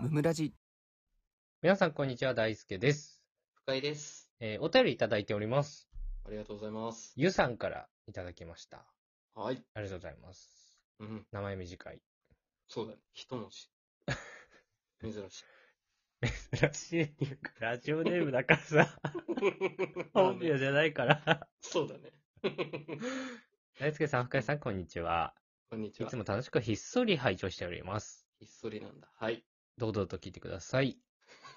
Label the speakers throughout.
Speaker 1: ムラジ
Speaker 2: 皆さん、こんにちは。大輔です。
Speaker 3: 深井です。
Speaker 2: えーお便りいただいております。
Speaker 3: ありがとうございます。
Speaker 2: ゆさんからいただきました。
Speaker 3: はい。
Speaker 2: ありがとうございます。
Speaker 3: うん。
Speaker 2: 名前短い。
Speaker 3: そうだね。一 文字。珍しい。
Speaker 2: 珍しい。ラジオネームだから さ、本名じゃないから。
Speaker 3: そうだね。
Speaker 2: 大輔さん、深井さん、こんにちは。
Speaker 3: こんにち
Speaker 2: い
Speaker 3: は。
Speaker 2: つも楽しくひっそり拝聴しております。
Speaker 3: ひっそりなんだ。はい。
Speaker 2: 堂々と聞いてください。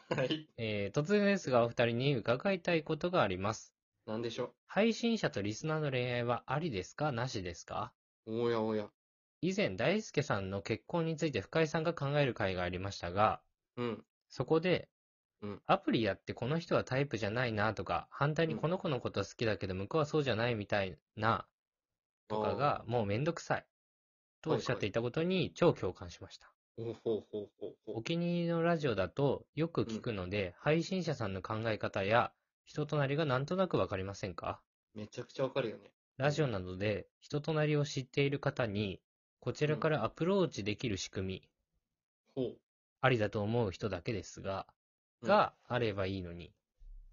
Speaker 3: はい。
Speaker 2: えー突然ですが、お二人に伺いたいことがあります。
Speaker 3: なんでしょ
Speaker 2: 配信者とリスナーの恋愛はありですかなしですか
Speaker 3: う。おやおや。
Speaker 2: 以前、大輔さんの結婚について深井さんが考える会がありましたが、
Speaker 3: うん。
Speaker 2: そこで、
Speaker 3: うん
Speaker 2: アプリやってこの人はタイプじゃないなとか、反対に
Speaker 3: うん
Speaker 2: この子のこと好きだけど向こうはそうじゃないみたいなとかがもうめんどくさいとおっしゃっていたことに超共感しました。
Speaker 3: おー。ほうほうほうほうほ
Speaker 2: お気に入りのラジオだとよく聞くので、配信者さんの考え方や人となりがなんとなくわかりませんか
Speaker 3: う。めちゃくちゃわかるよね。
Speaker 2: ラジオなどで人となりを知っている方に、こちらからアプローチできる仕組み、
Speaker 3: ほう。
Speaker 2: ありだと思う人だけですが、
Speaker 3: うん、
Speaker 2: があればいいのに、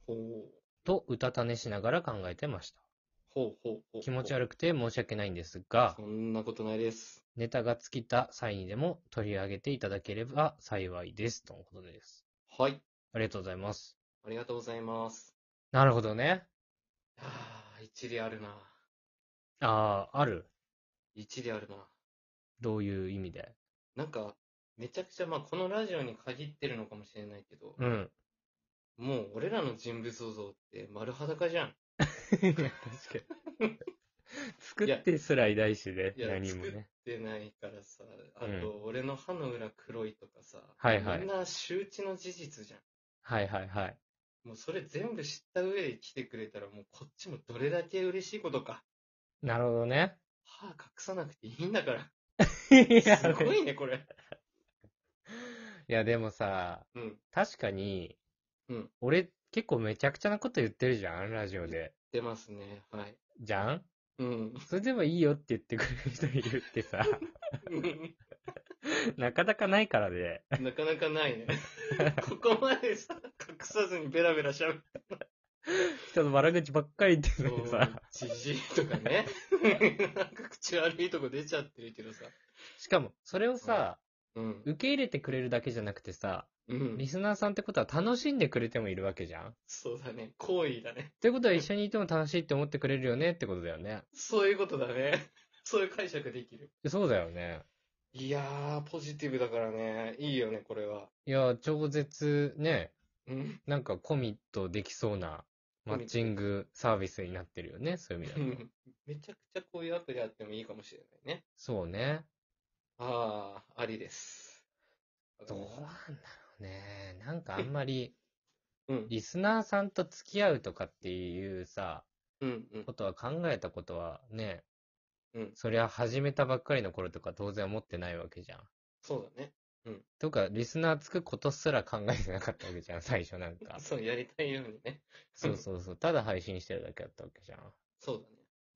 Speaker 3: ほう。
Speaker 2: とうたた寝しながら考えてました。
Speaker 3: ほうほうほう。
Speaker 2: 気持ち
Speaker 3: い。
Speaker 2: 悪くて申し訳ないんですが
Speaker 3: そ、んなことないです。
Speaker 2: ネタが尽きた際にでも取り上げていただければ幸いです。とのことです。
Speaker 3: はい。
Speaker 2: ありがとうございます。
Speaker 3: ありがとうございます。
Speaker 2: なるほどね。
Speaker 3: はあ、一理あるな。
Speaker 2: ああ、ある。
Speaker 3: 一理あるな。
Speaker 2: どういう意味で。
Speaker 3: なんか、めちゃくちゃ、まあ、このラジオに限ってるのかもしれないけど、
Speaker 2: うん。
Speaker 3: もう俺らの人物像って丸裸じゃん。
Speaker 2: 確かに。作ってすらいないしね、
Speaker 3: いや
Speaker 2: 何もね。
Speaker 3: 出ないからさ、あ
Speaker 2: うん
Speaker 3: と俺の歯の裏黒いとかさ、
Speaker 2: はいはい
Speaker 3: みんな周知の事実じゃ
Speaker 2: はいはいはい。
Speaker 3: ん。もうそれ全部知った上で来てくれたらもうこっちもどれだけ嬉しいことか。
Speaker 2: なるほどね。
Speaker 3: 歯隠さなくていいんだから。
Speaker 2: いや
Speaker 3: すごいね、これ。
Speaker 2: いやでもさ、
Speaker 3: うん。
Speaker 2: 確かに、
Speaker 3: うん
Speaker 2: 俺結構めちゃくちゃなこと言ってるじゃん、ラジオで。
Speaker 3: 出ますね。はい。
Speaker 2: じゃん
Speaker 3: うん。
Speaker 2: それでもいいよって言ってくれる人いるってさ、なかなかないからで、
Speaker 3: なかなかないね。ここまでさ、隠さずにベラベラしゃべっ
Speaker 2: 人の悪口ばっかり言って
Speaker 3: て
Speaker 2: るんだけどさ、
Speaker 3: じじいと かね。なんか口悪いとこ出ちゃってるけどさ。
Speaker 2: しかも、それをさ、
Speaker 3: うん。
Speaker 2: 受け入れてくれるだけじゃなくてさ、
Speaker 3: うん
Speaker 2: リ。スナーさんってことは楽しんでくれてもいるわけじゃんっ
Speaker 3: そうだね。行為だね。
Speaker 2: てことは一緒にいても楽しいって思ってくれるよねってことだよね。
Speaker 3: そういうことだね。そういう解釈できる。
Speaker 2: そうだよね。
Speaker 3: いやー、ポジティブだからね。いいよね、これは。
Speaker 2: いや、超絶ね、
Speaker 3: うん。
Speaker 2: なんかコミットできそうなマッチングサービスになってるよね、そういう意味では。
Speaker 3: めちゃくちゃこういうアプリあってもいいかもしれないね。
Speaker 2: そうね。
Speaker 3: あー、ありです。
Speaker 2: どうなんだろうね。なんかあんまり、
Speaker 3: うん。
Speaker 2: リスナーさんと付き合うとかっていうさ、
Speaker 3: うん、うん
Speaker 2: こ。とは考えたことはね、
Speaker 3: うん
Speaker 2: そりゃ始めたばっかりの頃とか当然思ってないわけじゃん。
Speaker 3: そうだね。。
Speaker 2: とか、リスナーつくことすら考えてなかったわけじゃん、最初なんか
Speaker 3: そう、やりたいようにね。
Speaker 2: そうそうそう。ただ配信してるだけだったわけじゃん。
Speaker 3: そうだね。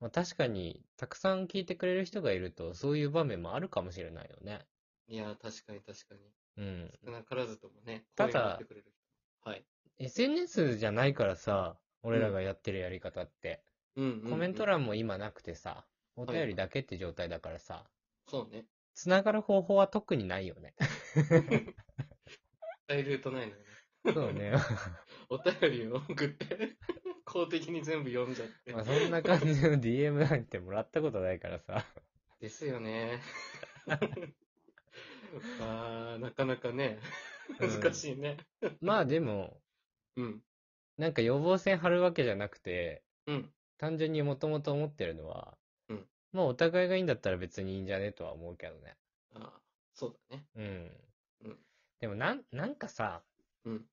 Speaker 2: まあ確かに、たくさん聞いてくれる人がいると、そういう場面もあるかもしれないよね。
Speaker 3: いやー、確かに確かに。
Speaker 2: うん。
Speaker 3: 少なからずともね、
Speaker 2: た
Speaker 3: 声
Speaker 2: だ
Speaker 3: を持ってくれる人。はい。
Speaker 2: SNS じゃないからさ、俺らがやってるやり方って。
Speaker 3: うんうん、うん。
Speaker 2: コメント欄も今なくてさ、お
Speaker 3: はい
Speaker 2: 便りだけって状態だからさ、
Speaker 3: そうね。
Speaker 2: つながる方法は特にないよ ね。
Speaker 3: 大ルートないのよね。
Speaker 2: そうね。
Speaker 3: お便りを送って、 公的に全部読んじ ゃって
Speaker 2: ま。あそんな感じの DM なんてもらったことないからさ。
Speaker 3: ですよね。 まあ、なかなかね、
Speaker 2: うん
Speaker 3: 難しいね。
Speaker 2: まあでも、
Speaker 3: うん。
Speaker 2: なんか予防線張るわけじゃなくて、
Speaker 3: うん。
Speaker 2: 単純にもともと思ってるのは、
Speaker 3: うん
Speaker 2: まあお互いがいいんだったら別にいいんじゃねとは思うけどね。
Speaker 3: ああそうだね。
Speaker 2: うん。
Speaker 3: うん
Speaker 2: でもなん、なんかさ、
Speaker 3: うん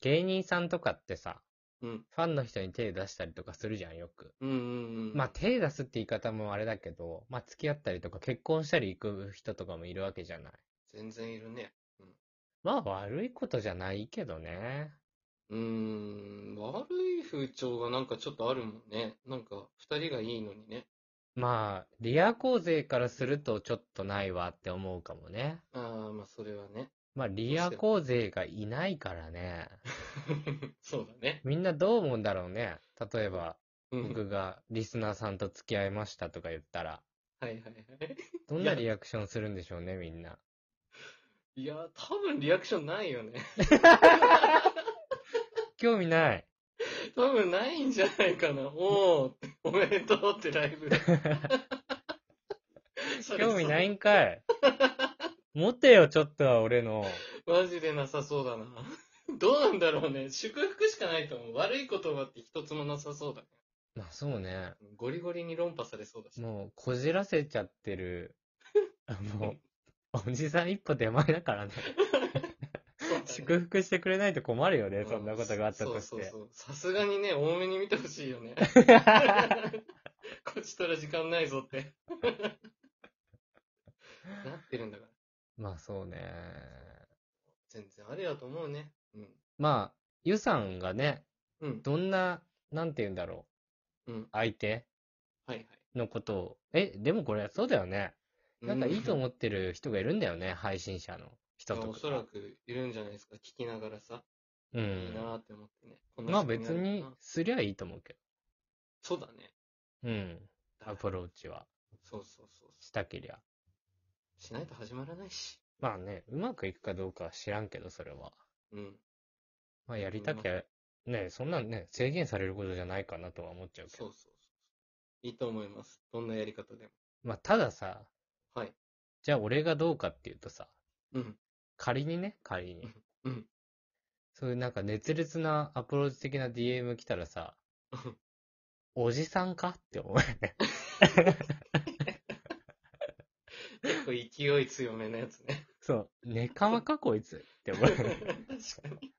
Speaker 2: 芸人さんとかってさ、
Speaker 3: うん。
Speaker 2: ファンの人に手出したりとかするじゃん、よく。
Speaker 3: うんうんうん。
Speaker 2: まあ、手出すって言い方もあれだけど、まあ、付き合ったりとか結婚したり行く人とかもいるわけじゃない。
Speaker 3: 全然いるね。
Speaker 2: まあ、悪いことじゃないけどね。
Speaker 3: うーん。悪い風潮がなんかちょっとあるもんね。なんか、二人がいいのにね。
Speaker 2: まあ、リア構成からするとちょっとないわって思うかもね。
Speaker 3: ああ、まあ、それはね。
Speaker 2: まあ、リアコ勢がいないからね。
Speaker 3: そうだね。
Speaker 2: みんなどう思うんだろうね。例えば、
Speaker 3: うん
Speaker 2: 僕がリスナーさんと付き合いましたとか言ったら、
Speaker 3: はいはいはい。
Speaker 2: どんなリアクションするんでしょうね、みんな。
Speaker 3: いやー、多分リアクションないよね。
Speaker 2: 興味ない。
Speaker 3: 多分ないんじゃないかな。 おーって、おめでとうってライブで。それ
Speaker 2: 興味ないんかい。持てよ、ちょっとは俺の。
Speaker 3: マジでなさそうだな。どうなんだろうね。祝福しかないと思う。悪い言葉って一つもなさそうだね。
Speaker 2: まあそうね。
Speaker 3: ゴリゴリに論破されそうだし。
Speaker 2: もう、こじらせちゃってる。あの、おじさん一歩手前だからね。
Speaker 3: そうだね
Speaker 2: 祝福してくれないと困るよね、
Speaker 3: う
Speaker 2: そんなことがあったとし
Speaker 3: そうそう
Speaker 2: て。
Speaker 3: そう。さすがにね、多めに見てほしい よね。こっちとら時間ないぞって。なってるんだから。
Speaker 2: まあそうね。
Speaker 3: 全然あれやと思うね。うん。
Speaker 2: まあ、ゆさんがね、
Speaker 3: うん。
Speaker 2: どんな、なんて言うんだろう。
Speaker 3: うん
Speaker 2: 相手
Speaker 3: はいはい。
Speaker 2: のことを。え、でもこれ、そうだよね。なんかいいと
Speaker 3: う
Speaker 2: 思ってる人がいるんだよね、配信者の人
Speaker 3: い
Speaker 2: と
Speaker 3: や
Speaker 2: か。
Speaker 3: おそらくいるんじゃないですか。聞きながらさ。
Speaker 2: う。
Speaker 3: いいなんーって思ってね。こんな
Speaker 2: まあ
Speaker 3: 仕組み
Speaker 2: 別
Speaker 3: る
Speaker 2: に
Speaker 3: のかな、
Speaker 2: すりゃいいと思うけ
Speaker 3: そうだね。
Speaker 2: ど。うん。
Speaker 3: だ
Speaker 2: アプローチは、
Speaker 3: そうそうそうそ
Speaker 2: したけりゃ。
Speaker 3: う。しないと始まらないし。
Speaker 2: まあね、うまくいくかどうかは知らんけど、それは。
Speaker 3: うん。
Speaker 2: まあやりたきゃ、ね、そんなんね、制限されることじゃないかなとは思っちゃうけ
Speaker 3: そうそう
Speaker 2: ど。
Speaker 3: そう。いいと思います。どんなやり方でも。
Speaker 2: まあたださ、
Speaker 3: はい。
Speaker 2: じゃあ俺がどうかっていうとさ、
Speaker 3: うん。
Speaker 2: 仮にね、仮に。
Speaker 3: うん。
Speaker 2: そういうなんか熱烈なアプローチ的な DM 来たらさ
Speaker 3: うん、
Speaker 2: おじさんかって思うよ ね。
Speaker 3: 結構勢い強めのやつ ね。
Speaker 2: そう、ネカマかこいつって 思うよ
Speaker 3: 確
Speaker 2: ね。
Speaker 3: かに。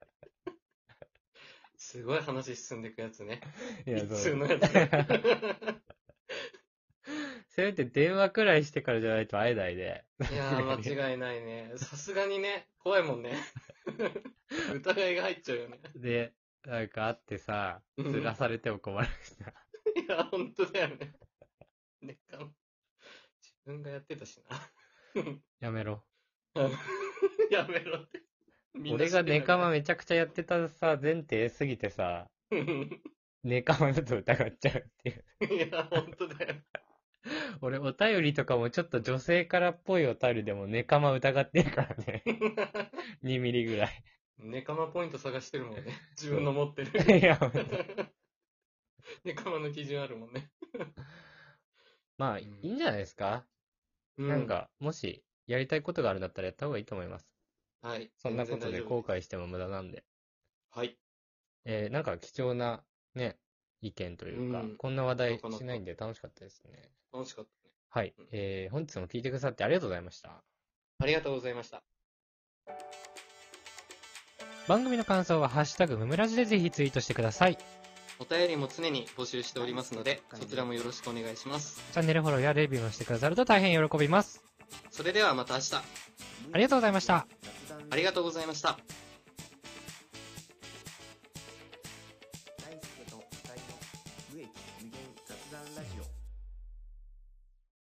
Speaker 3: すごい話進んでいくやつね。
Speaker 2: いや、
Speaker 3: 普通
Speaker 2: そう。
Speaker 3: のやつね。
Speaker 2: せめて電話くらいしてからじゃないと会えないで。
Speaker 3: いやー、間違いないね。さすがにね、怖いも んね。疑いが入っちゃうよね。
Speaker 2: で、なんか会ってさ、
Speaker 3: うん
Speaker 2: ずらされても困るしさ。
Speaker 3: いや、本当だよね。ねかん自分がやってたし
Speaker 2: やめろ。
Speaker 3: な。 やめろって。みんな
Speaker 2: 俺
Speaker 3: 知って
Speaker 2: が
Speaker 3: んだ
Speaker 2: ネカマめちゃくちゃやってたさ、前提すぎてさ、
Speaker 3: うん
Speaker 2: ネカマだと疑っちゃうっていう。
Speaker 3: いや、本当だよ。
Speaker 2: 俺、お便りとかもちょっと女性からっぽいお便りでもネカマ疑ってるからね。2ミリぐらい。
Speaker 3: ネカマポイント探してるもんね。自分の持ってる。
Speaker 2: いや、
Speaker 3: ネカマの基準あるもんね。
Speaker 2: まあ、いいんじゃないですか、
Speaker 3: う
Speaker 2: なん。か、もし、やりたいことがあるんだったらやった方がいいと思います。
Speaker 3: はい。
Speaker 2: そんなことで
Speaker 3: 全然大丈夫
Speaker 2: 後。悔しても無駄なんで。
Speaker 3: はい。
Speaker 2: えー、なんか貴重な、ね、意見というか、
Speaker 3: うん
Speaker 2: こんな話題
Speaker 3: なかなか
Speaker 2: しないんで楽しかったですね。
Speaker 3: 楽しかったね。
Speaker 2: はい
Speaker 3: うん。
Speaker 2: えー、本日も聞いてくださってありがとうございました。
Speaker 3: ありがとうございました。
Speaker 2: 番組の感想は、ハッシュタグムムラジでぜひツイートしてください。
Speaker 3: お便りも常に募集しておりますので、そちらもよろしくお願いします。
Speaker 2: チャンネルフォローやレビューもしてくださると大変喜びます。
Speaker 3: それではまた明日、
Speaker 2: ありがとうございました。
Speaker 1: あ
Speaker 3: ありがとうございました。